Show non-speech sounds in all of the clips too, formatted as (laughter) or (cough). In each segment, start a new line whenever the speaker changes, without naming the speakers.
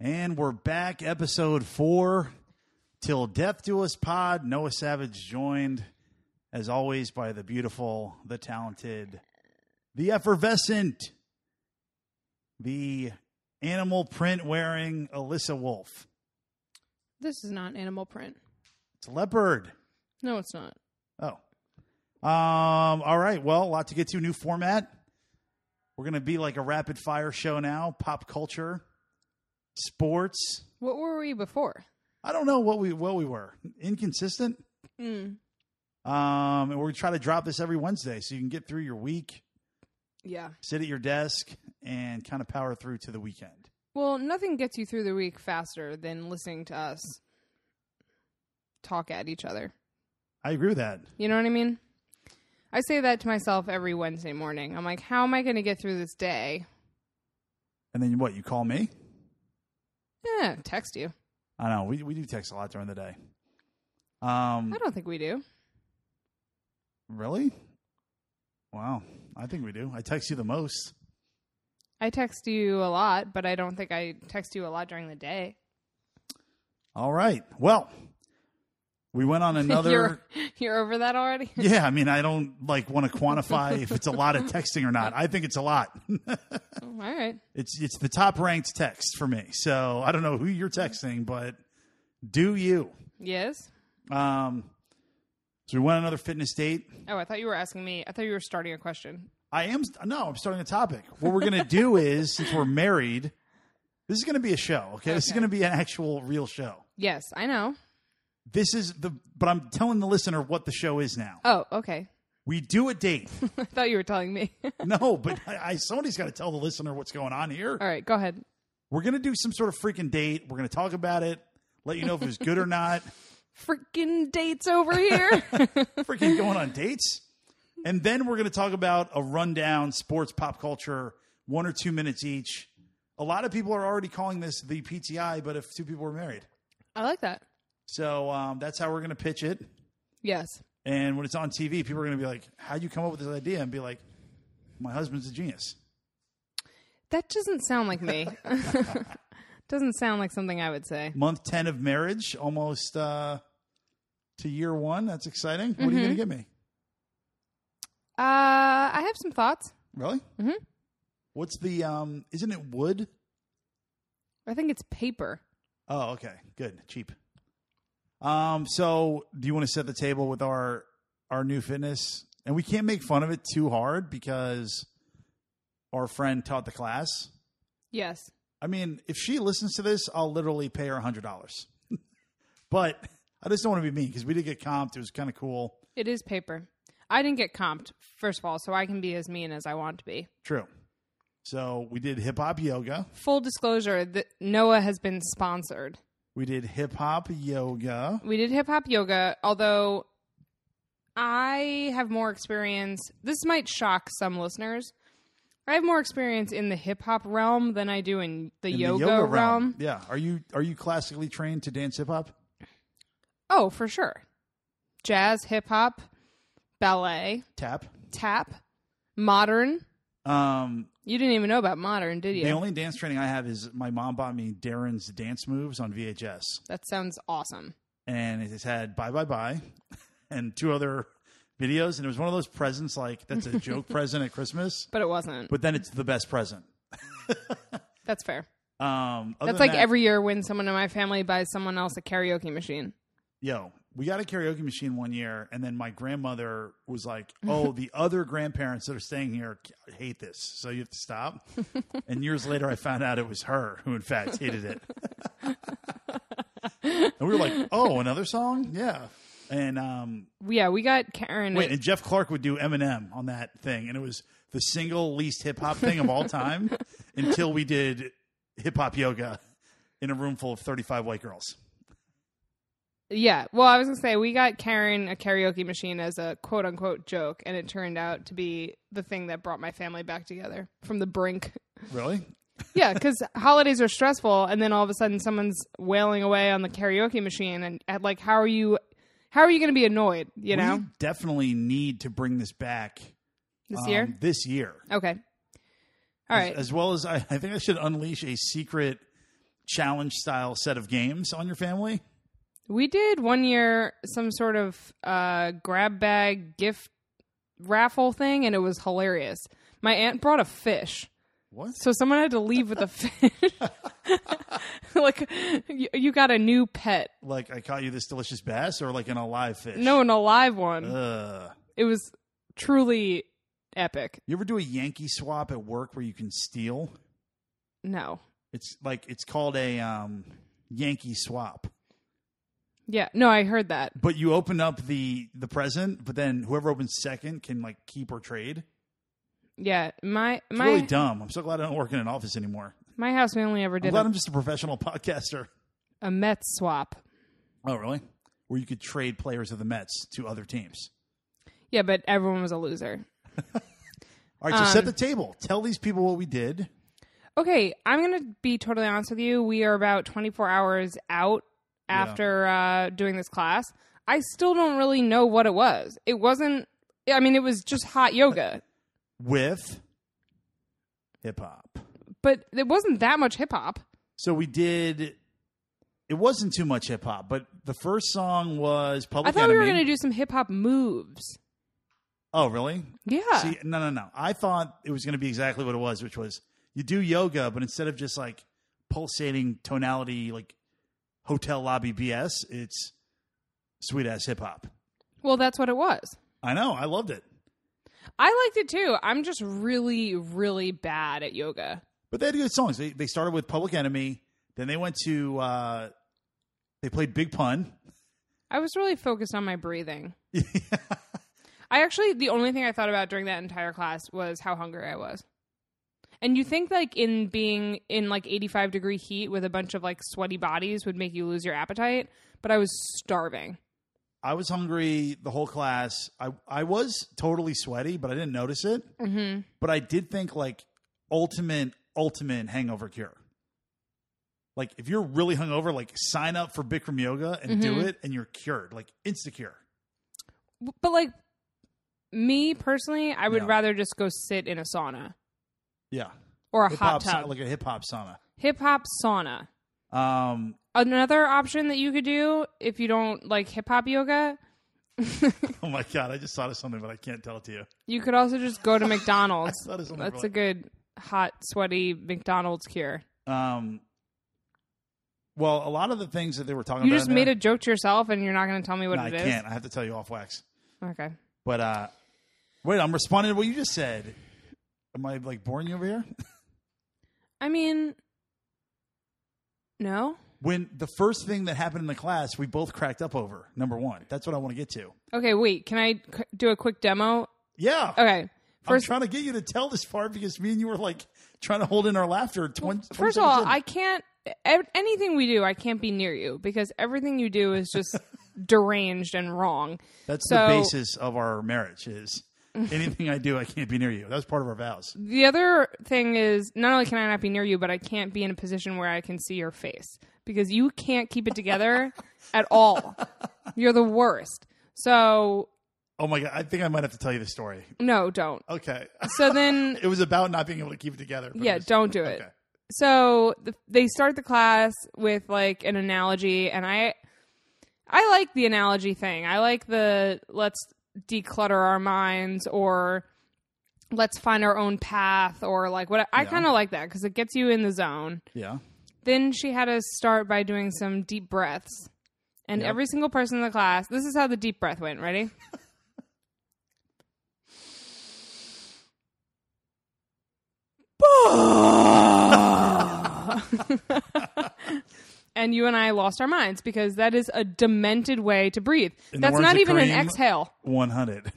And we're back, episode four. Till Death Do Us Pod. Noah Savage joined, as always, by the beautiful, the talented, the effervescent, the animal print wearing Alyssa Wolf.
This is not animal print.
It's a leopard.
No, it's not.
Oh. Um, all right. Well, a lot to get to. New format. We're going to be like a rapid fire show now pop culture, sports.
What were we before?
I don't know what we what we were inconsistent.
Mm.
Um, and we're gonna try to drop this every Wednesday so you can get through your week,
Yeah.
sit at your desk, and kind of power through to the weekend.
Well, nothing gets you through the week faster than listening to us talk at each other.
I agree with that.
You know what I mean? I say that to myself every Wednesday morning. I'm like, how am I going to get through this day?
And then what? You call me?
Yeah, Eh, text you.
I know we we do text a lot during the day.
I
Um,
don't think we do.
really? Wow, I think we do. I text you the most.
I text you a lot, but I don't think I text you a lot during the day. (laughs)
All right. Well, we went
(laughs)
on another.
you're, you're over that already? (laughs)
(laughs) Yeah, I mean, I don't like want to quantify if it's a lot of texting or not. I think it's a lot.
All right.
It's it's the top ranked text for me. So I don't know who you're texting, but do you?
Yes.
Um, so we went on another fitness date.
Oh, I thought you were asking me. I thought you were starting a question.
I am no, I'm starting a topic. What we're
(laughs)
gonna do is since we're married, this is gonna be a show. okay, this is
Okay.
gonna be an actual real show.
Yes, I know.
This is the but I'm telling the listener what the show is now.
Oh, okay. (laughs)
We do a date.
I thought you were telling me. (laughs)
no, but I, I somebody's got to tell the listener what's going on here.
All right, go ahead.
We're gonna do some sort of freaking date. We're gonna talk about it. Let you know if it was good or not.
Freaking dates over here.
freaking going on dates. And then we're going to talk about a rundown sports pop culture, one or two minutes each. A lot of people are already calling this the PTI, but if two people were married.
I like that.
So um, that's how we're going to pitch it.
Yes.
And when it's on TV, people are going to be like, how'd you come up with this idea? And be like, my husband's a genius.
That doesn't sound like me. (laughs) doesn't sound like something I would say.
Month 10 of marriage, almost uh, to year one. That's exciting. What are you going to get me?
Uh, I have some thoughts.
Really? Mm-hmm. What's the, um, isn't it wood?
I think it's paper.
Oh, okay. Good. Cheap. Um, so do you want to set the table with our our new fitness? And we can't make fun of it too hard because our friend taught the class.
Yes.
I mean, if she listens to this, I'll literally pay her a hundred dollars. (laughs) but I just don't want to be mean because we did get comped. It was kind of cool.
It is paper. I didn't get comped, first of all, so I can be as mean as I want to be.
True. So we did hip hop yoga.
Full disclosure that Noah has been sponsored.
We did hip hop yoga.
We did hip hop yoga, although I have more experience. This might shock some listeners. I have more experience in the hip hop realm than I do in the,
in the
yoga, realm.
Yeah. Are you are you classically trained to dance hip hop?
Oh, for sure. Jazz, hip hop, ballet,
Tap.
tap, modern.
Um
You didn't even know about modern, did you?
The only dance training I have is my mom bought me Darren's dance moves on VHS,
that sounds awesome.
and it has had "Bye Bye Bye" (laughs) and two other videos, and it was one of those presents like that's a joke
(laughs)
present at Christmas,
But it wasn't.
but then it's the best present.
That's fair.
Um, other than
That's like
that,
every year when someone in my family buys someone else a karaoke machine.
yo. We got a karaoke machine one year, and then my grandmother was like, "Oh, the other grandparents that are staying here hate this, so you have to stop." and years later, I found out it was her who, in fact, hated it. and we were like, "Oh, another song, yeah." And um,
Yeah, we got Karen.
Wait, and Jeff Clark would do Eminem on that thing, and it was the single least hip hop thing of all time until we did hip hop yoga in a room full of thirty five white girls.
Yeah. Well, I was going to say, we got Karen a karaoke machine as a quote unquote joke, and it turned out to be the thing that brought my family back together from the brink. (laughs)
Really?
yeah, because holidays are stressful, and then all of a sudden someone's wailing away on the karaoke machine, and and, like, how are you. How are you going to be annoyed, you know,
we definitely need to bring this back
this
um,
year?
This year,
Okay. All right.
as well as I, I think I should unleash a secret challenge style set of games on your family?
We did one year some sort of uh, grab bag gift raffle thing, and it was hilarious. My aunt brought a fish.
What?
So someone had to leave with a fish. (laughs) like, you, you got a new pet.
Like I caught you this delicious bass or like an alive fish?
No, an alive one.
Uh. Ugh.
It was truly epic.
You ever do a Yankee swap at work where you can steal?
No.
It's like it's called a um, Yankee swap.
Yeah. No, I heard that.
But you open up the the present, but then whoever opens second can like keep or trade.
Yeah. My
It's
my
really dumb. I'm so glad I don't work in an office anymore.
my house we only ever
I'm
did
glad
a,
I'm just a professional (laughs) podcaster.
a Mets swap.
Oh, really? Where you could trade players of the Mets to other teams.
Yeah, but everyone was a loser.
All right, so
Um,
set the table. Tell these people what we did.
Okay, I'm gonna be totally honest with you. We are about 24 hours out after uh, doing this class. I still don't really know what it was. It wasn't. I mean, it was just hot yoga,
with hip hop.
but it wasn't that much hip hop.
So we did. It wasn't too much hip hop, but the first song was
I
Public
thought
Enemy.
we were gonna do some hip hop moves.
oh, really?
Yeah,
See, no, no, no. I thought it was going to be exactly what it was, which was you do yoga, but instead of just like pulsating tonality, like hotel lobby BS, it's sweet ass hip hop.
well, that's what it was.
I know. I loved it.
I liked it too. I'm just really, really bad at yoga.
But they had good songs. They, they started with Public Enemy, then they went to, uh, they played Big Pun. (laughs)
I was really focused on my breathing. I actually the only thing I thought about during that entire class was how hungry I was. And you think like in being in like 85 degree heat with a bunch of like sweaty bodies would make you lose your appetite, but I was starving.
I was hungry the whole class. I I was totally sweaty, but I didn't notice it.
Mhm.
But I did think like ultimate ultimate hangover cure. Like if you're really hungover, like sign up for Bikram yoga and do
Mm-hmm.
it, and you're cured, like insta cure.
But like me personally, I would
Yeah.
rather just go sit in a sauna
Yeah,
or a
hip
hot
hop
tub.
like a hip hop sauna.
Hip hop sauna.
Um, (laughs)
Another option that you could do if you don't like hip hop yoga,
oh my god, I just thought of something, but I can't tell it to you.
you could also just go to
(laughs)
McDonald's.
Thought of something
That's
really-
a good hot, sweaty McDonald's cure.
um. Well, a lot of the things that they were talking
You
about,
just
in
made
there-
a joke to yourself, and you're not going to tell me what
Oh, No, I
it is.
can't. I have to tell you off wax.
Okay.
But uh wait, I'm responding to what you just said. Am I like boring you over here?
I mean, no.
When the first thing that happened in the class, we both cracked up over. Number one, that's what I want to get to.
Okay, wait. Can I c- do a quick demo?
Yeah,
Okay.
I'm
Oh, First,
trying to get you to tell this part because me and you were like trying to hold in our laughter. Twen-
first of all, I can't. ev- Anything we do, I can't be near you because everything you do is
(laughs)
just deranged and wrong.
that's
so-
the basis of our marriage. Is anything I do, I can't be near you. That was part of our vows.
The other thing is, not only can I not be near you, but I can't be in a position where I can see your face because you can't keep it together at all. You're the worst. So,
Oh my god, I think I might have to tell you the story.
no, don't.
Okay,
So then
it was about not being able to keep it together. but it
Yeah,
was-
don't do it.
Okay.
So the, they start the class with like an analogy, and I, I like the analogy thing. I like the let's declutter our minds, or let's find our own path, or like what I
Yeah.
kind of like that because it gets you in the zone. (laughs)
Yeah.
Then she had us start by doing some deep breaths, and
Yep.
every single person in the class. This is how the deep breath went. Ready? and you and I lost our minds because that is a demented way to breathe.
In the
that's
words
not
of
even an
Kareem-
exhale.
One hundred.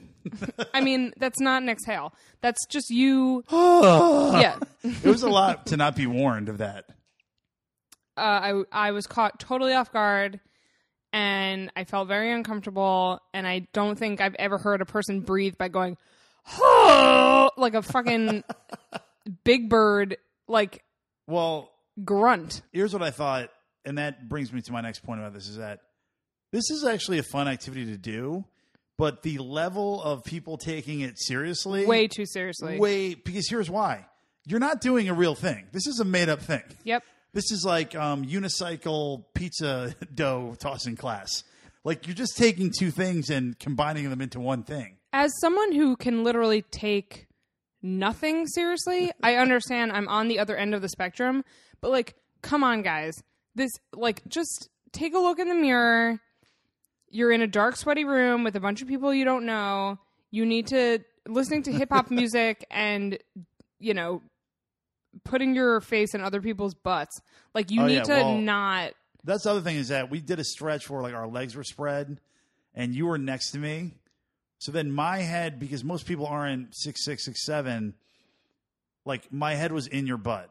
(laughs)
I mean, that's not an exhale. That's just you.
yeah.
(laughs) Yeah.
it was a lot (laughs) to not be warned of that.
uh, I I was caught totally off guard, and I felt very uncomfortable. And I don't think I've ever heard a person breathe by going like
(laughs)
a fucking big bird like
Well,
grunt.
here's what I thought, and that brings me to my next point about this is that this is actually a fun activity to do, but the level of people taking it seriously
Way too seriously.
way because here's why. You're not doing a real thing. This is a made up thing.
yep.
This is like um, unicycle pizza (laughs) dough tossing class. Like you're just taking two things and combining them into one thing.
As someone who can literally take nothing seriously, I understand I'm on the other end of the spectrum, but like, come on, guys. This, like, just take a look in the mirror. You're in a dark, sweaty room with a bunch of people you don't know. You need to listening to hip
(laughs)
hop music and, you know, putting your face in other people's butts. Like, you
Oh,
need
yeah,
to
well-
not.
That's the other thing is that we did a stretch where like our legs were spread, and you were next to me. So then my head, because most people aren't six six six seven, like my head was in your butt,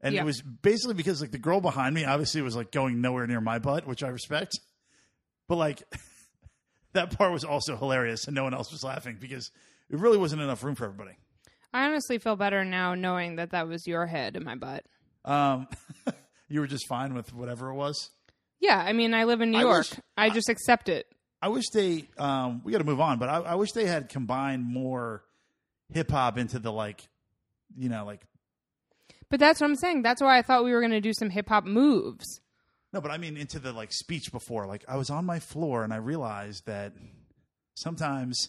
and
Yeah.
it was basically because like the girl behind me obviously was like going nowhere near my butt, which I respect, but like (laughs) that part was also hilarious, and no one else was laughing because it really wasn't enough room for everybody.
I honestly feel better now knowing that that was your head in my butt.
Um, (laughs) you were just fine with whatever it was.
Yeah, I mean, I live in New
I
York.
wish-
I just accept it.
I wish they um we got to move on, but I, I wish they had combined more hip hop into the like, you know, like
But that's what I'm saying. That's why I thought we were going to do some hip hop moves.
no, but I mean into the like speech before. Like I was on my floor and I realized that sometimes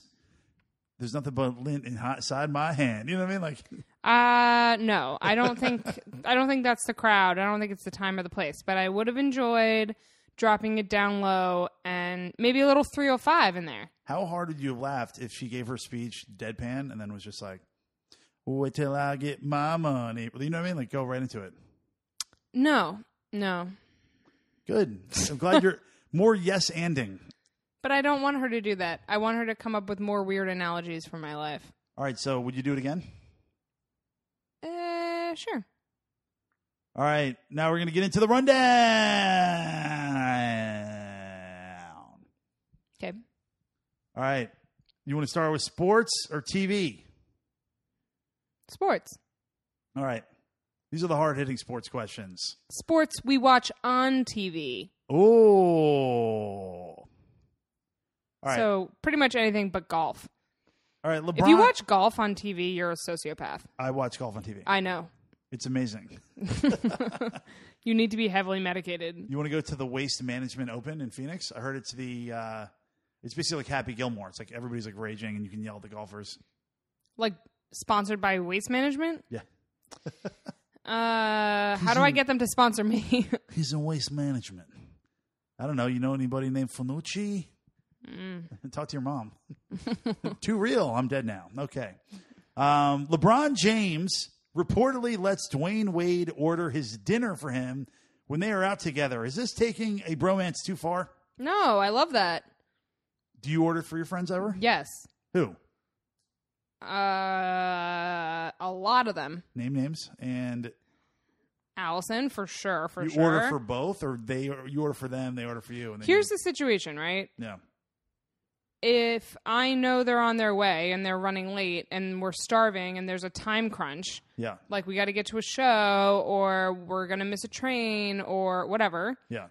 there's nothing but lint inside my hand. You know what I mean? Like
Uh no, I
(laughs)
don't think I don't think that's the crowd. I don't think it's the time or the place. But I would have enjoyed dropping it down low and maybe a little 305 in there.
how hard would you have laughed if she gave her speech deadpan and then was just like, "Wait till I get my money." You know what I mean? Like go right into it.
No, no.
Good. I'm glad you're more yes anding.
But I don't want her to do that. I want her to come up with more weird analogies for my life.
All right, so would you do it again?
Uh, sure.
All right, now we're going to get into the rundown.
Okay.
All right, you want to start with sports or TV?
Sports.
All right, these are the hard hitting sports questions.
Sports we watch on TV.
Oh. All right.
So pretty much anything but golf.
All right, LeBron.
If you watch golf on TV, you're a sociopath.
I watch golf on TV.
I know. (laughs)
It's amazing.
You need to be heavily medicated.
You want to go to the Waste Management Open in Phoenix? I heard it's the. Uh, it's basically like Happy Gilmore. It's like everybody's like raging, and you can yell at the golfers.
Like sponsored by Waste Management?
Yeah.
Uh how do I get them to sponsor me? (laughs)
He's in waste management. I don't know. You know anybody named Fanucci?
Mm.
(laughs) Talk to your mom. Too real. I'm dead now. Okay. Um, LeBron James reportedly lets Dwayne Wade order his dinner for him when they are out together. Is this taking a bromance too far?
no, I love that.
Do you order for your friends ever?
Yes.
Who?
Uh a lot of them.
Name names. And
Allison for sure, for
you
sure.
order for both, or they or you order for them, they order for you. And then
Here's
you,
the situation, right?
yeah.
If I know they're on their way and they're running late and we're starving and there's a time crunch,
Yeah.
like we got to get to a show or we're going to miss a train or whatever,
Yeah.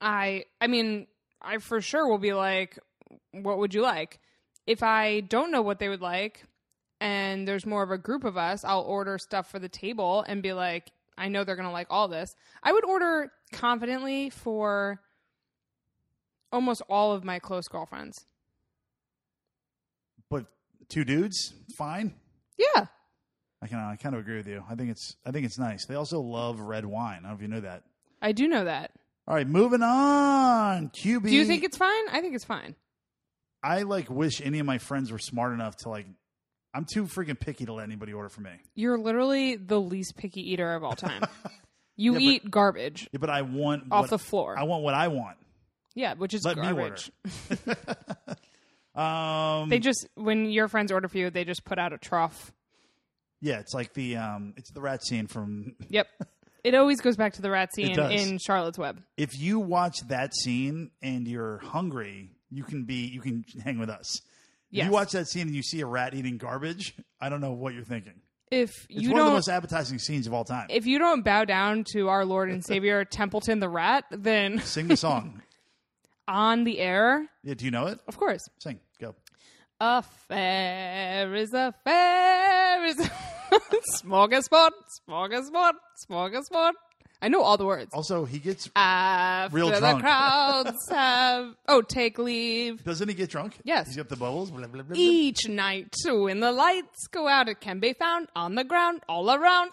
I I mean, I for sure will be like, what would you like? If I don't know what they would like and there's more of a group of us, I'll order stuff for the table and be like, I know they're going to like all this. I would order confidently for almost all of my close girlfriends.
But two dudes, fine.
Yeah.
I kind of I kind of agree with you. I think it's I think it's nice. They also love red wine. I don't know if you know that.
I do know that.
All right, moving on. QB.
Do you think it's fine? I think it's fine.
I like wish any of my friends were smart enough to like. I'm too freaking picky to let anybody order for me.
You're literally the least picky eater of all
(laughs)
time. You
but-
eat garbage
Yeah, but I want
off
what,
the floor.
I want what I want.
yeah, which is
Let me order.
garbage.
(laughs) Um,
They just when your friends order for you, they just put out a trough.
yeah, it's like the um, it's the rat scene from.
Yep. (laughs) It always goes back to the rat scene
does.
in Charlotte's Web.
If you watch that scene and you're hungry, you can be you can hang with us. If
Yes.
You watch that scene and you see a rat eating garbage. I don't know what you're thinking.
if
It's
you
one of the
don't
most appetizing scenes of all time.
if you don't bow down to our
(laughs)
Lord and Savior Templeton the Rat, then
Sing the song. (laughs)
on the air,
yeah, do you know it?
of course.
Sing. Go.
A fair is a (laughs) fair is a smorgasbord, smorgasbord, smorgasbord. I know all the words.
Also, he gets
After
Real
the
drunk. (laughs)
crowds have oh take leave.
doesn't he get drunk?
Yes.
He's got the bubbles. Blah, blah, blah, blah.
Each night when the lights go out, it can be found on the ground all around.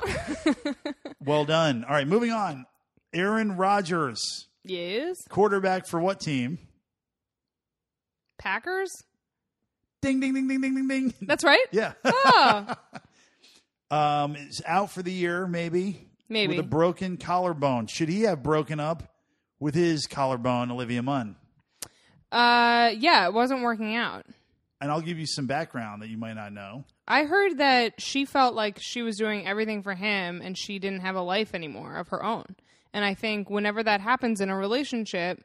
(laughs)
Well done. All right, moving on. Aaron Rodgers,
yes,
quarterback for what team?
Packers.
Ding ding ding ding ding ding ding. (laughs)
That's right.
yeah.
Oh,
(laughs) um, is out for the year maybe.
maybe.
With a broken collarbone. Should he have broken up with his collarbone, Olivia Munn?
uh, yeah, it wasn't working out.
And I'll give you some background that you might not know.
I heard that she felt like she was doing everything for him and she didn't have a life anymore of her own. And I think whenever that happens in a relationship,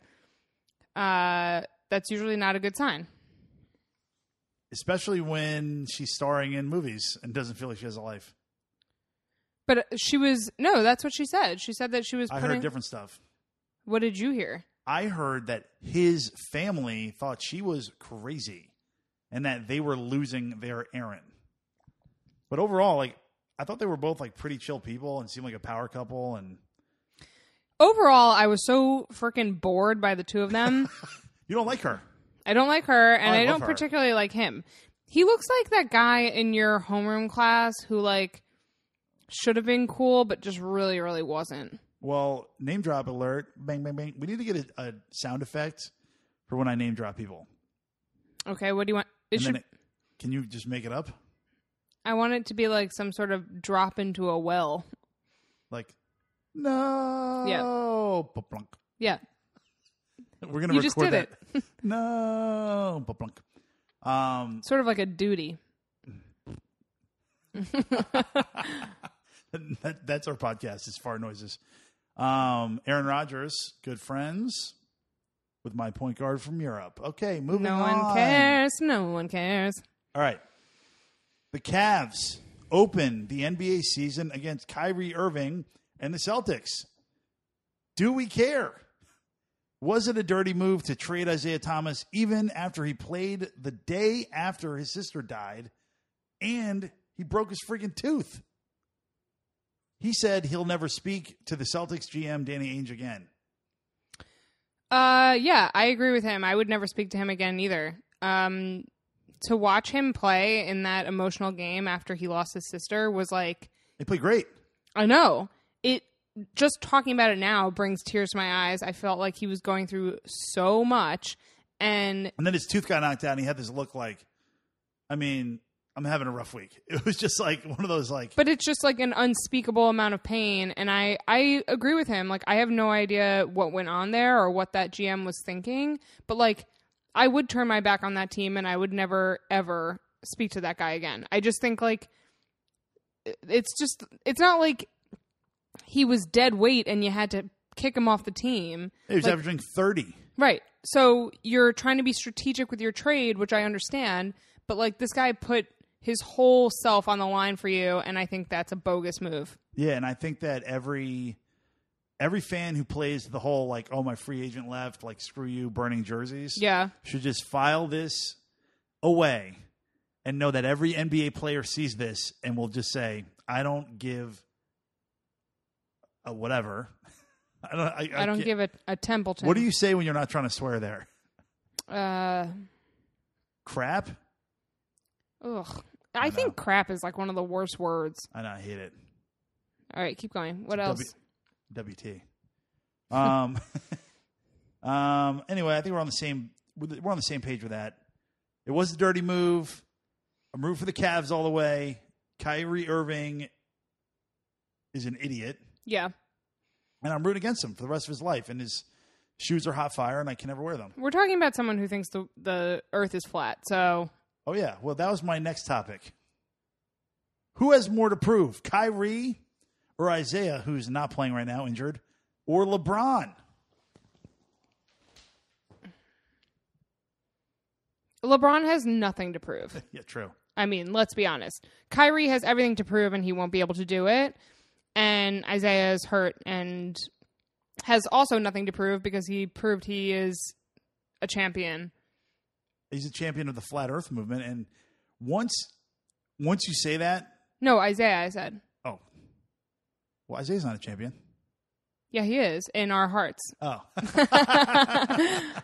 uh, that's usually not a good sign.
Especially when she's starring in movies and doesn't feel like she has a life.
But she was no, that's what she said. She said that she was
I
putting
heard different stuff.
What did you hear?
I heard that his family thought she was crazy and that they were losing their Aaron. But overall, like I thought they were both like pretty chill people and seemed like a power couple and
Overall, I was so freaking bored by the two
(laughs)
of them.
you don't like her.
I don't like her and
Oh, I
I,
love
don't
her.
particularly like him. He looks like that guy in your homeroom class who like should have been cool but just really really wasn't.
Well, name drop alert. Bang bang bang. We need to get a, a sound effect for when I name drop people.
Okay, what do you want? It
And
should,
then it- can you just make it up?
I want it to be like some sort of drop into a well.
Like no. Ba-plunk.
Yeah.
We're gonna
You
record
just did
that.
(laughs)
no. Ba-plunk. Um (laughs)
Sort of like a duty.
that, that's our podcast. It's far noises. Um, Aaron Rodgers, good friends with my point guard from Europe. Okay, moving
No
on.
one cares. No one cares.
All right. The Cavs open the NBA season against Kyrie Irving and the Celtics. Do we care? Was it a dirty move to trade Isaiah Thomas even after he played the day after his sister died and he broke his freaking tooth? He said he'll never speak to the Celtics GM Danny Ainge again.
Uh, yeah, I agree with him. I would never speak to him again either. Um, to watch him play in that emotional game after he lost his sister was like,
They play great.
I know it. Just talking about it now brings tears to my eyes. I felt like he was going through so much, and
And then his tooth got knocked out and he had this look like, I mean, I'm having a rough week. (laughs) It was just like one of those like
but it's just like an unspeakable amount of pain. And I I agree with him. Like I have no idea what went on there or what that GM was thinking, but like I would turn my back on that team and I would never ever speak to that guy again. I just think like it's just it's not like he was dead weight and you had to kick him off the team.
He was
Like-
averaging 30.
Right. So you're trying to be strategic with your trade, which I understand, but like this guy put his whole self on the line for you, and I think that's a bogus move.
Yeah, and I think that every every fan who plays the whole like oh my free agent left, like screw you burning jerseys
Yeah.
should just file this away and know that every NBA player sees this and will just say I don't give a whatever. (laughs) I don't I,
I, don't
can't-
give a, a Templeton.
What do you say when you're not trying to swear there?
Uh,
Crap?
ugh. I,
know.
think crap is like one of the worst words.
I know, I hate it.
All right, keep going. What
It's a
else?
W- WT. (laughs) Um. (laughs) um. Anyway, I think we're on the same we're on the same page with that. It was a dirty move. I'm rooting for the Cavs all the way. Kyrie Irving is an idiot,
yeah.
and I'm rooting against him for the rest of his life. And his shoes are hot fire, and I can never wear them.
We're talking about someone who thinks the, the earth is flat. So,
Oh yeah. Well, that was my next topic. Who has more to prove, Kyrie or Isaiah, who's not playing right now, injured, or LeBron?
LeBron has nothing to prove.
Yeah, true.
I mean, let's be honest. Kyrie has everything to prove and he won't be able to do it. And Isaiah is hurt and has also nothing to prove because he proved he is a champion.
he's a champion of the flat earth movement and once once you say that
No, Isaiah, I said.
oh well isaiah's not a champion
Yeah, he is in our hearts.
Oh,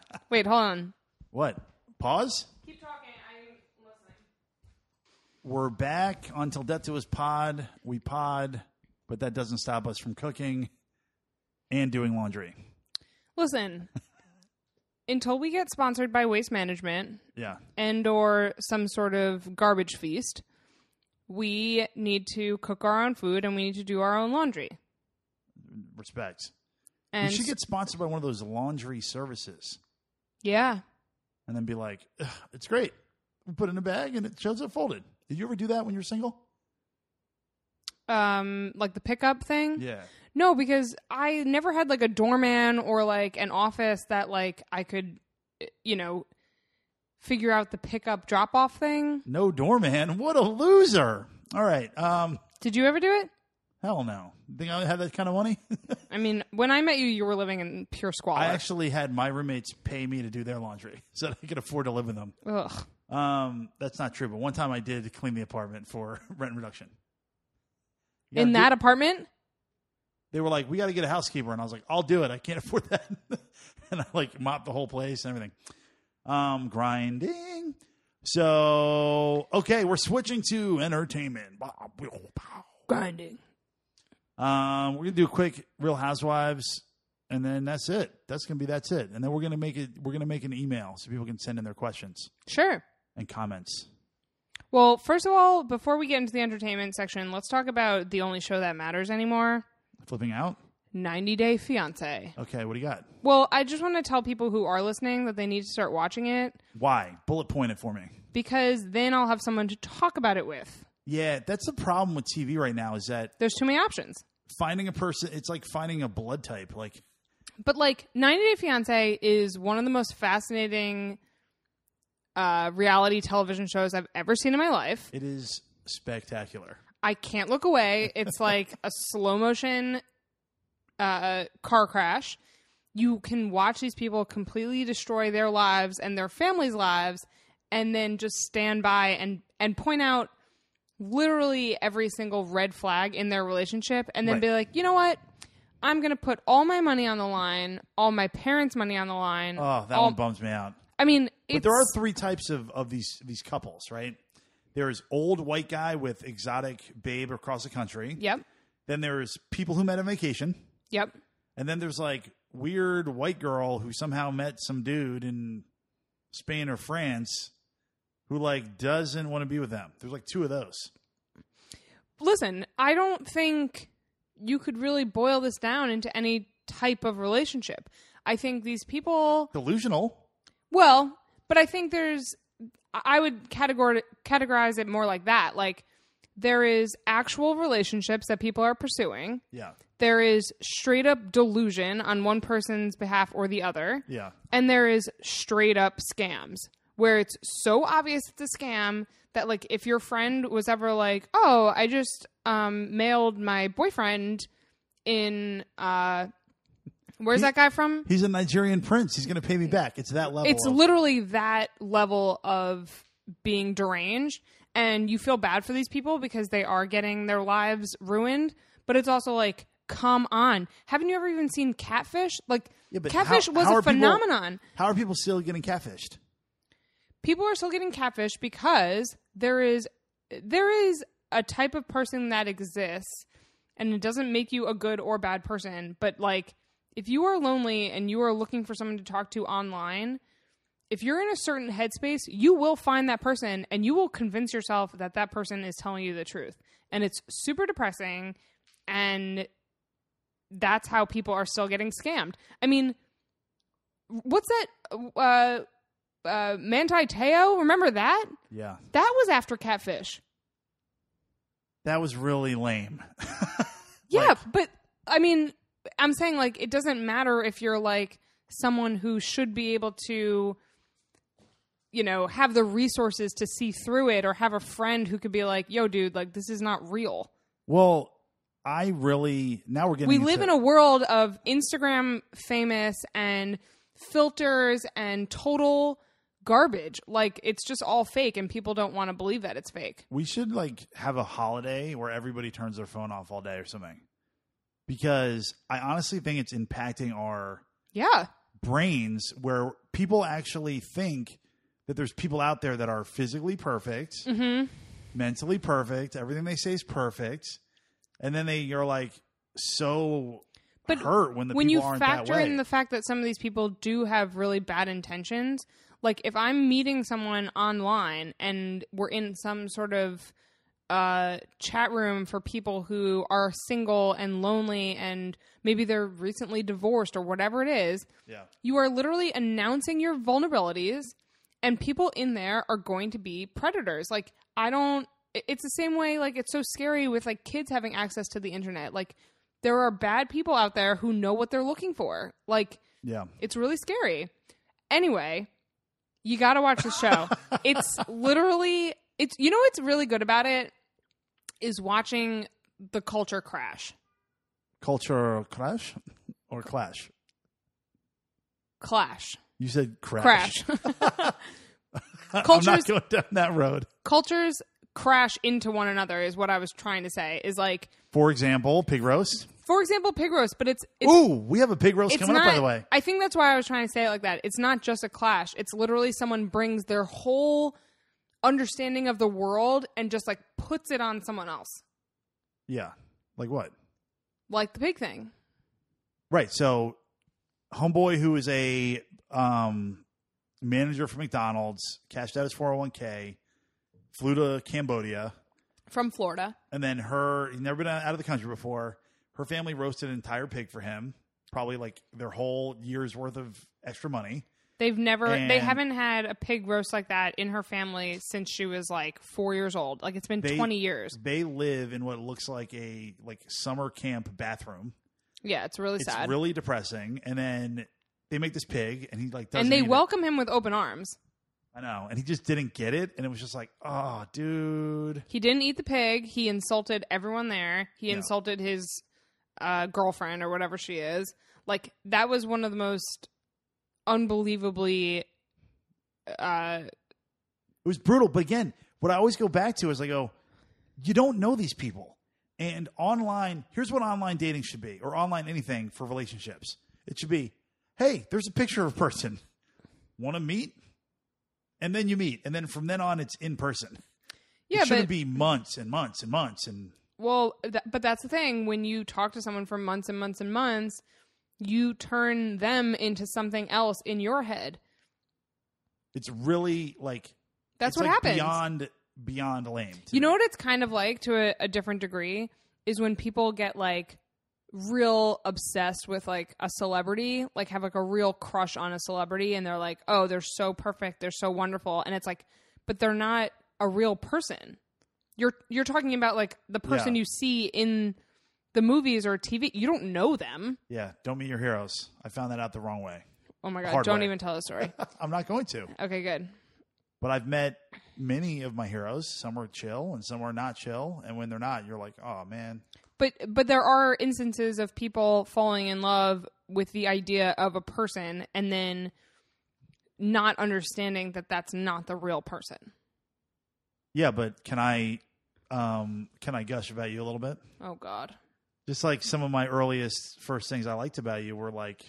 (laughs) Wait, hold on.
what? Pause.
Keep talking. I'm listening.
We're back until death to us pod. We pod, but that doesn't stop us from cooking and doing laundry.
Listen. Until we get sponsored by Waste Management
Yeah.
and or some sort of garbage feast, we need to cook our own food and we need to do our own laundry.
Respect.
And
we should get sponsored by one of those laundry services
yeah,
and then be like, "Ugh, it's great. We put it in a bag and it shows up folded. Did you ever do that when you were single?
um, like the pickup thing.
Yeah.
No, because I never had like a doorman or like an office that like I could, you know, figure out the pickup drop off thing.
No doorman. What a loser. All right. Um,
Did you ever do it?
hell no. Think I had that kind of money? (laughs)
I mean, when I met you, you were living in pure squalor.
I actually had my roommates pay me to do their laundry (laughs) so that I could afford to live with them.
Ugh.
Um, that's not true, but one time I did clean the apartment for (laughs) rent reduction. You
In
gotta do-
that apartment?
they were like, "We got to get a housekeeper," and I was like, "I'll do it. I can't (laughs) afford that." and I like mopped the whole place and everything. Um, grinding. So okay, we're switching to entertainment.
Grinding.
Um, we're gonna do a quick Real Housewives, and then that's it. That's gonna be that's it. And then we're gonna make it. We're gonna make an email so people can send in their questions
Sure.
and comments.
Well, first of all, before we get into the entertainment section, let's talk about the only show that matters anymore
Flipping out.
90 Day Fiancé.
Okay, what do you got?
Well, I just want to tell people who are listening that they need to start watching it
Why? Bullet point it for me.
because then I'll have someone to talk about it with.
Yeah, that's the problem with TV right now is that
There's too many options.
finding a person, it's like finding a blood type. Like,
But like 90 Day Fiance is one of the most fascinating uh, reality television shows I've ever seen in my life.
It is spectacular.
I can't look away. It's like a slow motion uh, car crash. You can watch these people completely destroy their lives and their families' lives, and then just stand by and and point out literally every single red flag in their relationship, and then
Right.
be like, you know what? I'm gonna put all my money on the line, all my parents' money on the line.
Oh, that
all-
one bums me out.
I mean, it's,
But there are three types of, of these these couples, right? There is old white guy with exotic babe across the country.
Yep,
Then there's people who met on vacation,
yep,
and then there's like weird white girl who somehow met some dude in Spain or France who like doesn't want to be with them. There's like two of those.
listen, I don't think you could really boil this down into any type of relationship. I think these people,
Delusional.
well, but I think there's, I I would categor- categorize it more like that. Like, there is actual relationships that people are pursuing.
Yeah.
There is straight up delusion on one person's behalf or the other.
Yeah.
And there is straight up scams where it's so obvious it's a scam that like if your friend was ever like, "Oh, I just um mailed my boyfriend in uh where's that guy from?"
He's a Nigerian prince. He's going to pay me back. It's that level.
It's
of-
literally that level of being deranged and you feel bad for these people because they are getting their lives ruined, but it's also like Come on! Haven't you ever even seen Catfish? Like
Yeah, but how-
Catfish was
how
a
are people-
phenomenon.
How are people still getting catfished?
people are still getting catfish because there is there is a type of person that exists and it doesn't make you a good or bad person but like if you are lonely and you are looking for someone to talk to online if you're in a certain headspace you will find that person and you will convince yourself that that person is telling you the truth and it's super depressing and that's how people are still getting scammed i mean what's that uh uh, Manti Teo. Remember that?
Yeah.
That was after Catfish.
That was really lame. (laughs)
Yeah, but I mean, I'm saying like it doesn't matter if you're like someone who should be able to, you know, have the resources to see through it, or have a friend who could be like, "Yo, dude, like this is not real."
Well, I really now we're getting.
We
into-
live in a world of Instagram famous and filters and total garbage. Like it's just all fake, and people don't want to believe that it's fake.
We should like have a holiday where everybody turns their phone off all day or something. because I honestly think it's impacting our
Yeah.
brains where people actually think that there's people out there that are physically perfect,
Mm-hmm.
mentally perfect, everything they say is perfect, and then they you're like so
But
hurt when the
when
people
you
aren't that
factor
way.
in the fact that some of these people do have really bad intentions, like if I'm meeting someone online and we're in some sort of uh, chat room for people who are single and lonely and maybe they're recently divorced or whatever it is,
yeah.
you are literally announcing your vulnerabilities, and people in there are going to be predators. Like, I don't. it- It's the same way, like, it's so scary with, like, kids having access to the internet. Like, there are bad people out there who know what they're looking for. Like,
Yeah.
it's really scary. Anyway, you got to watch the show. it's literally it's you know what's really good about it is watching the culture crash.
Culture crash or clash?
Clash.
You said crash.
Crash.
I'm
Cultures-
not going down that road.
Cultures crash into one another is what I was trying to say. Is like
For example, pig roast.
for example pig roast, but it's it's
Ooh, we have a pig roast
it's
coming
not,
up, by the way.
I think that's why I was trying to say it like that. It's not just a clash. It's literally someone brings their whole understanding of the world and just like puts it on someone else.
Yeah. Like what?
Like the pig thing.
Right. So, homeboy who is a um, manager for McDonald's cashed out his 401k, flew to Cambodia,
from Florida.
and then her he'd never been out of the country before. Her family roasted an entire pig for him, probably like their whole year's worth of extra money.
They've never,
And-
they haven't had a pig roast like that in her family since she was like four years old. Like it's been
They-
20 years.
They live in what looks like a like summer camp bathroom.
Yeah, it's really
It's
sad.
really depressing. And then they make this pig, and he like doesn't
and they
eat it.
welcome him with open arms.
I know, and he just didn't get it, and it was just like, oh, dude.
He didn't eat the pig. He insulted everyone there. He
Yeah.
insulted his uh, girlfriend or whatever she is. Like that was one of the most unbelievably. Uh,
It was brutal. But again, what I always go back to is I go, you don't know these people. And online, here's what online dating should be, or online anything for relationships. It should be, hey, there's a picture of a person. Want to meet? And then you meet. And then from then on, it's in person.
yeah,
it shouldn't
but
be months and months and months. And
Well, th- but that's the thing. When you talk to someone for months and months and months, you turn them into something else in your head.
it's really like
That's
it's
what
like
happens.
Beyond, beyond lame. to
you know
me.
what it's kind of like to a, a different degree is when people get like real obsessed with like a celebrity, like have like a real crush on a celebrity, and they're like, oh, they're so perfect, they're so wonderful, and it's like, but they're not a real person. You're you're talking about like the person
Yeah.
you see in the movies or TV. You don't know them.
Yeah, don't meet your heroes. I found that out the wrong way. (laughs)
Oh my god!
Hard
don't
way.
even tell
(laughs)
the story.
I'm not going to.
Okay, good.
But I've met many of my heroes. Some are chill and some are not chill. And when they're not, you're like, oh man.
But but there are instances of people falling in love with the idea of a person and then not understanding that that's not the real person.
Yeah, but can I um can I gush about you a little bit?
Oh god.
Just like some of my earliest first things I liked about you were like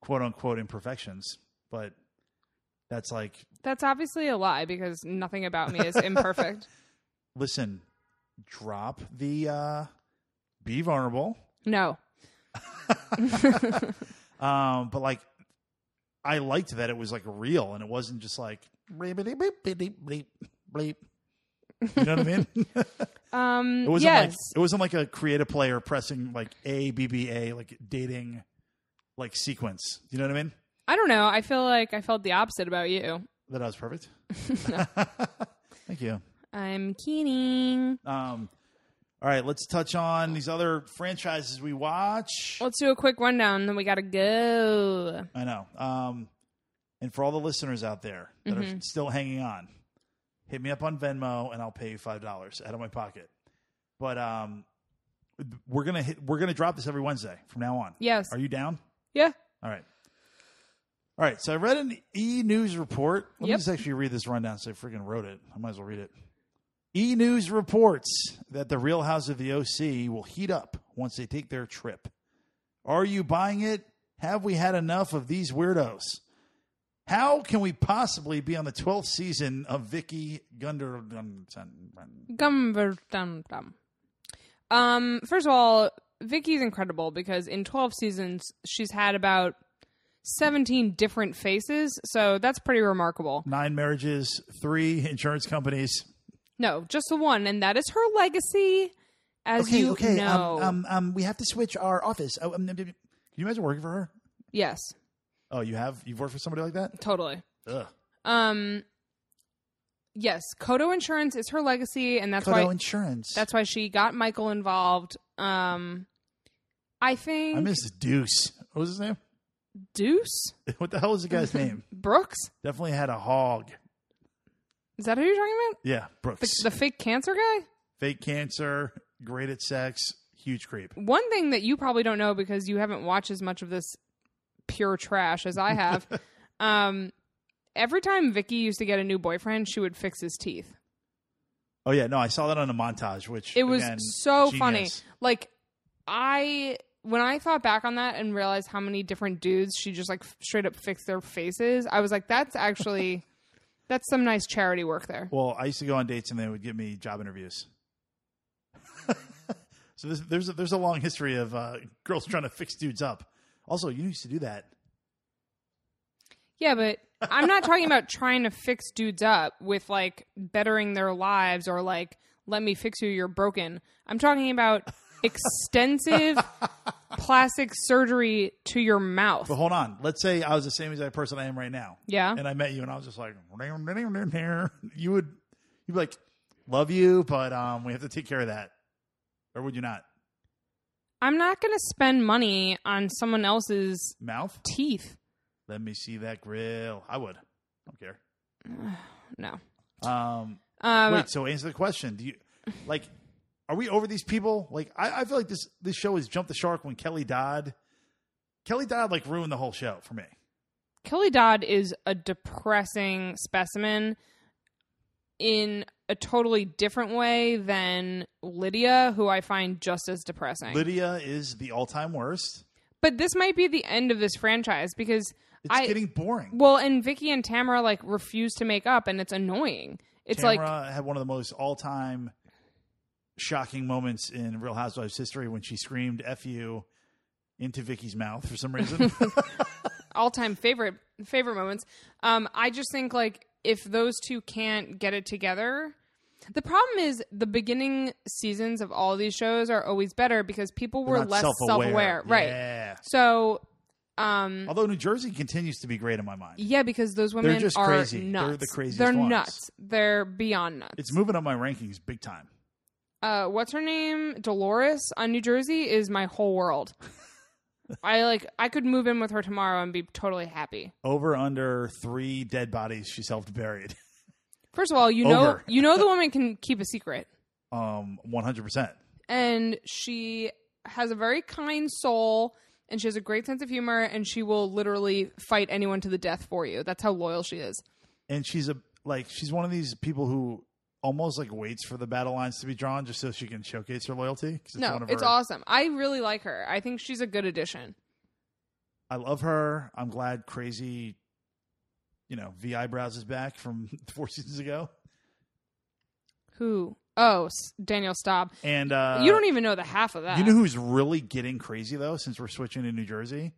quote unquote imperfections. But that's like
That's obviously a lie because nothing about me is imperfect.
listen, drop the uh be vulnerable.
No.
Um, but like, I liked that it was like real and it wasn't just like bleep bleep bleep bleep bleep. bleep. You know what I mean? it
Um
wasn't
yes.
like it wasn't like a creative player pressing like A B B A like dating like sequence. You know what I mean?
I don't know. I feel like I felt the opposite about you.
That I was perfect. (laughs) Thank you.
I'm kidding.
Um, all right, let's touch on these other franchises we watch.
Let's do a quick rundown, then we gotta go.
I know. Um, and for all the listeners out there that are still hanging on, hit me up on Venmo and I'll pay you five dollars out of my pocket. But um, we're gonna hit, we're gonna drop this every Wednesday from now on.
Yes.
Are you down?
yeah.
All right. All right. So I read an E News report. Let me
Yep.
just actually read this rundown. So I freaking wrote it. I might as well read it. E News reports that the Real House of the OC will heat up once they take their trip. Are you buying it? Have we had enough of these weirdos? How can we possibly be on the 12th season of Vicky Gunder? um,
Gum dum dum. Um, first of all, Vicky's incredible because in 12 seasons she's had about 17 different faces, so that's pretty remarkable.
Nine marriages, three insurance companies.
No, just the one, and that is her legacy, as
Okay,
you
okay.
know.
Um, um, um, we have to switch our office. Oh, um, um, um, can you imagine working for her?
yes,
Oh, you have? You've worked for somebody like that?
totally.
Ugh.
Um, yes, Kodo Insurance is her legacy, and that's
Kodo
why
Insurance.
that's why she got Michael involved. Um, I think
I miss Deuce. What was his name? (laughs)
Deuce
What the hell was the guy's
(laughs)
name?
Brooks.
Definitely had a hog.
Is that who you're talking about?
Yeah, Brooks.
The, the fake cancer guy.
Fake cancer, great at sex, huge creep.
One thing that you probably don't know because you haven't watched as much of this pure trash as
(laughs)
I have. um, every time Vicky used to get a new boyfriend, she would fix his teeth.
Oh yeah, no, I saw that on a montage, which
It was
again,
so funny.
genius.
Like I when I thought back on that and realized how many different dudes she just like f- straight up fixed their faces, I was like, that's actually that's some nice charity work there.
Well, I used to go on dates and they would give me job interviews. (laughs) so there's there's a, there's a long history of uh, girls trying to fix dudes up. Also, you used to do that.
Yeah, but I'm not talking about trying to fix dudes up with like bettering their lives or like let me fix you, you're broken. I'm talking about extensive plastic surgery to your mouth.
But hold on, let's say I was the same exact person I am right now,
Yeah.
and I met you, and I was just like, (laughs) you would you'd be like, love you, but um, we have to take care of that, or would you not?
I'm not going to spend money on someone else's
Mouth.
teeth.
Let me see that grill. I would. I don't care.
No.
Um,
Um,
wait. So answer the question. Do you like? Are we over these people? Like, I, I feel like this this show has jumped the shark when Kelly Dodd. Kelly Dodd like ruined the whole show for me.
Kelly Dodd is a depressing specimen in a totally different way than Lydia, who I find just as depressing.
Lydia is the all time worst.
but this might be the end of this franchise because
It's
I
getting boring.
well, and Vicky and Tamara like refuse to make up, and it's annoying. It's
Tamara
like
had one of the most all time shocking moments in Real Housewives history when she screamed "F you" into Vicky's mouth for some
(laughs)
reason.
all time favorite favorite moments. Um, I just think like if those two can't get it together, the problem is the beginning seasons of all these shows are always better because people were
Not
less self aware, right?
Yeah.
So, um,
Although New Jersey continues to be great in my mind.
yeah, because those women
just
are
crazy. They're
nuts.
the craziest
They're
ones.
nuts. They're beyond nuts.
It's moving up my rankings big time.
uh, what's her name? Dolores on New Jersey is my whole
(laughs)
world. I like I could move in with her tomorrow and be totally happy.
Over under three dead bodies she's helped buried. (laughs)
First of all, you know
Over.
you
(laughs)
know the woman can keep a secret.
Um, one hundred percent.
And she has a very kind soul and she has a great sense of humor and she will literally fight anyone to the death for you. That's how loyal she is.
And she's a like she's one of these people who almost like waits for the battle lines to be drawn just so she can showcase her loyalty. 'cause
no,
one of
it's
her-
awesome. I really like her. I think she's a good addition.
I love her. I'm glad crazy, you know, V eyebrows is back from (laughs) four seasons ago.
Who? Oh, S- Daniel Staub.
And uh,
you don't even know the half of that.
You know who's really getting crazy though, since we're switching to New Jersey,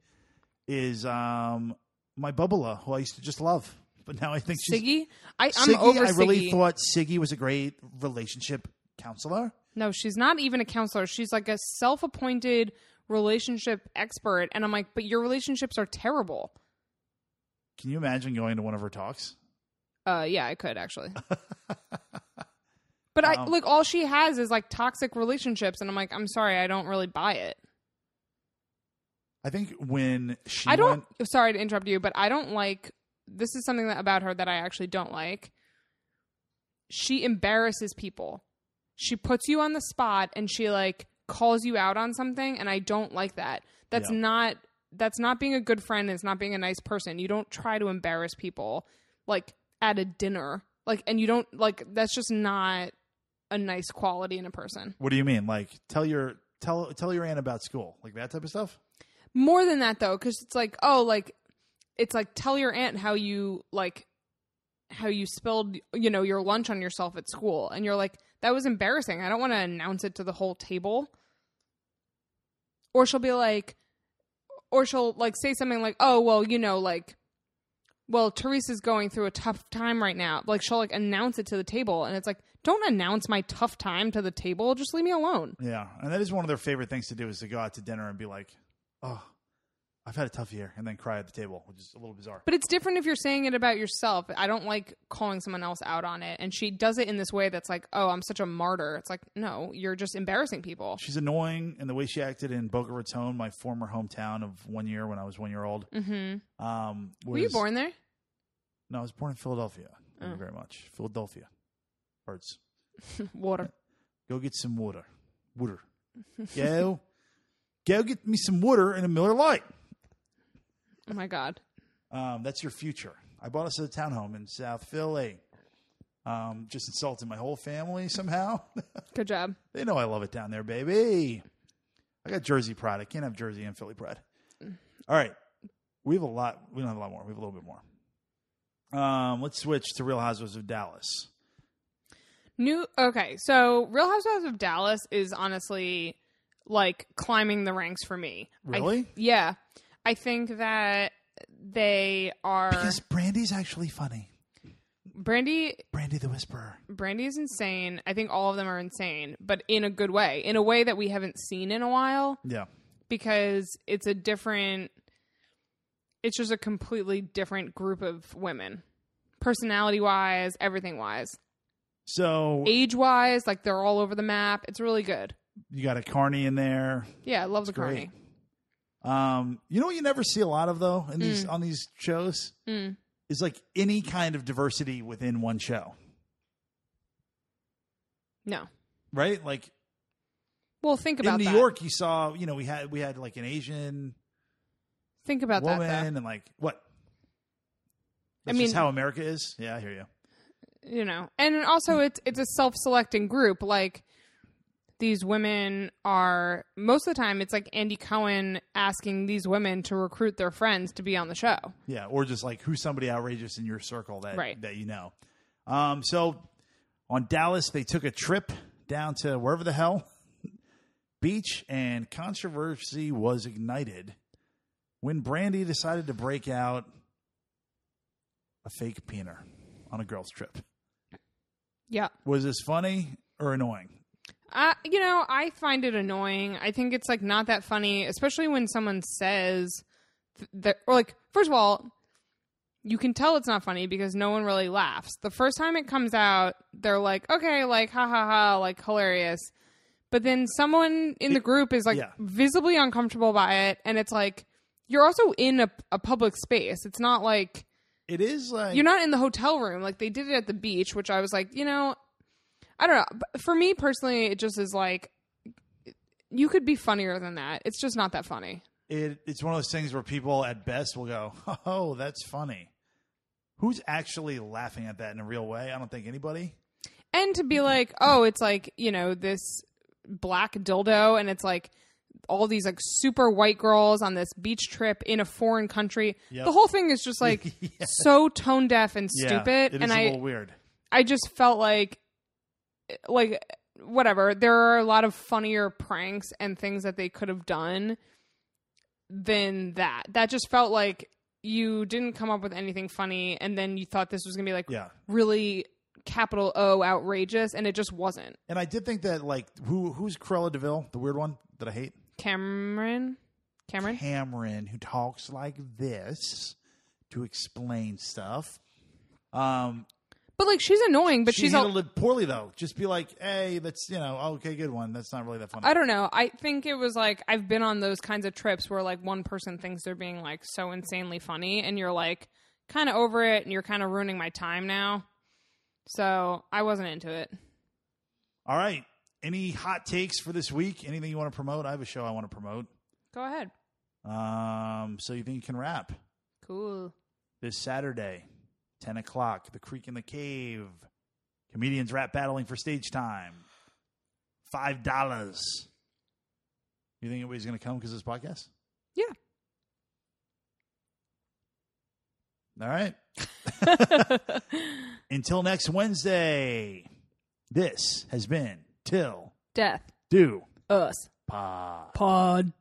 is um my Bubba, who I used to just love, but now I think she's
Siggy? I, I'm
Siggy,
over
I really
Siggy.
thought Siggy was a great relationship counselor.
No, she's not even a counselor. She's like a self appointed relationship expert. And I'm like, but your relationships are terrible.
Can you imagine going to one of her talks?
Uh, yeah, I could actually. but I
Um,
look, all she has is like toxic relationships. And I'm like, I'm sorry, I don't really buy it.
I think when she
I don't,
went,
sorry to interrupt you, but I don't like, this is something that, about her that I actually don't like. She embarrasses people. She puts you on the spot and she like calls you out on something. And I don't like that. That's
Yeah.
not, that's not being a good friend. It's not being a nice person. You don't try to embarrass people like at a dinner. Like, and you don't like, that's just not a nice quality in a person.
what do you mean? Like tell your tell tell your aunt about school, like that type of stuff.
More than that though, because it's like, oh, like it's like tell your aunt how you like how you spilled you know your lunch on yourself at school, and you're like, that was embarrassing. I don't want to announce it to the whole table. Or she'll be like, or she'll like say something like, oh, well, you know, like. Well, Teresa's going through a tough time right now. Like she'll like announce it to the table, and it's like, don't announce my tough time to the table. Just leave me alone.
Yeah, and that is one of their favorite things to do is to go out to dinner and be like, "Oh, I've had a tough year," and then cry at the table, which is a little bizarre.
But it's different if you're saying it about yourself. I don't like calling someone else out on it. And she does it in this way that's like, oh, I'm such a martyr. It's like, no, you're just embarrassing people.
She's annoying, and the way she acted in Boca Raton, my former hometown of one year when I was one year old.
Mm-hmm.
Um,
Were you
was-
born there?
No, I was born in Philadelphia. Thank
Oh.
you very much, Philadelphia. Birds,
Water.
go get some water. Water. Go, go get me some water and a Miller Lite.
Oh my god.
Um, that's your future. I bought us a townhome in South Philly. Um, just insulted my whole family somehow. (laughs)
Good job.
they know I love it down there, baby. I got Jersey pride. I can't have Jersey and Philly pride. All right, we have a lot. We don't have a lot more. We have a little bit more. Um, let's switch to Real Housewives of Dallas.
New okay, so Real Housewives of Dallas is honestly like climbing the ranks for me. I-
Really?
yeah. I think that they are
Because Brandy's actually funny.
Brandy
Brandy the Whisperer.
Brandy is insane. I think all of them are insane, but in a good way. In a way that we haven't seen in a while
Yeah.
because it's a different it's just a completely different group of women. Personality wise, everything wise.
So
Age wise, like they're all over the map. It's really good.
you got a Carney in there.
Yeah, I love the
great.
Carney.
Um, you know what you never see a lot of though in these
Hmm.
on these shows
Mm.
is like any kind of diversity within one show,
No.
right? Like
Well, think
in
about
New
that.
York, you saw you know we had we had like an Asian
think about
woman
that. Though.
and like what?
I
That's
mean-
just how America is. Yeah, I hear you.
You know, and also
Hmm.
it's it's a self-selecting group. Like these women are most of the time. It's like Andy Cohen asking these women to recruit their friends to be on the show.
Yeah, or just like who's somebody outrageous in your circle that
Right.
that you know. Um, so on Dallas, they took a trip down to wherever the hell (laughs) beach, and controversy was ignited when Brandy decided to break out a fake peener on a girls' trip.
Yeah.
Was this funny or annoying?
Uh, you know, I find it annoying. I think it's like not that funny, especially when someone says th- that, or like, first of all, you can tell it's not funny because no one really laughs. The first time it comes out, they're like, okay, like, ha ha ha, like, hilarious. But then someone in the group is like
yeah.
visibly uncomfortable by it. And it's like, you're also in a, a public space. It's not like
It is like
you're not in the hotel room like they did it at the beach which i was like you know i don't know But for me personally it just is like you could be funnier than that it's just not that funny
it, it's one of those things where people at best will go, "Oh, that's funny." Who's actually laughing at that in a real way? I don't think anybody.
and to be like oh it's like you know this black dildo and it's like all these like super white girls on this beach trip in a foreign country
Yep.
the whole thing is
(laughs)
just like so tone deaf and stupid
it is
and
a
I.
little weird.
I just felt like like whatever there are a lot of funnier pranks and things that they could have done than that that just felt like you didn't come up with anything funny and then you thought this was going to be like
Yeah.
really capital O outrageous and it just wasn't
And I did think that like who who's Cruella Deville, the weird one that I hate?
Cameron Cameron
Cameron, who talks like this to explain stuff. Um
but like she's annoying but
she
she's all,
handled it poorly though. Just be like, hey, that's you know, oh, okay, good one. That's not really that funny.
I don't know. I think it was like I've been on those kinds of trips where like one person thinks they're being like so insanely funny and you're like kind of over it and you're kind of ruining my time now. So, I wasn't into it.
All right. Any hot takes for this week? Anything you want to promote? I have a show I want to promote.
Go ahead.
Um, so you think you can rap
Cool.
this Saturday, ten o'clock, the Creek in the Cave, comedians rap battling for stage time, five dollars. You think anybody's going to come because of this podcast?
Yeah.
All right. Until next Wednesday, this has been Till
(laughs) Death.
Do
Us.
Pod.
Pod.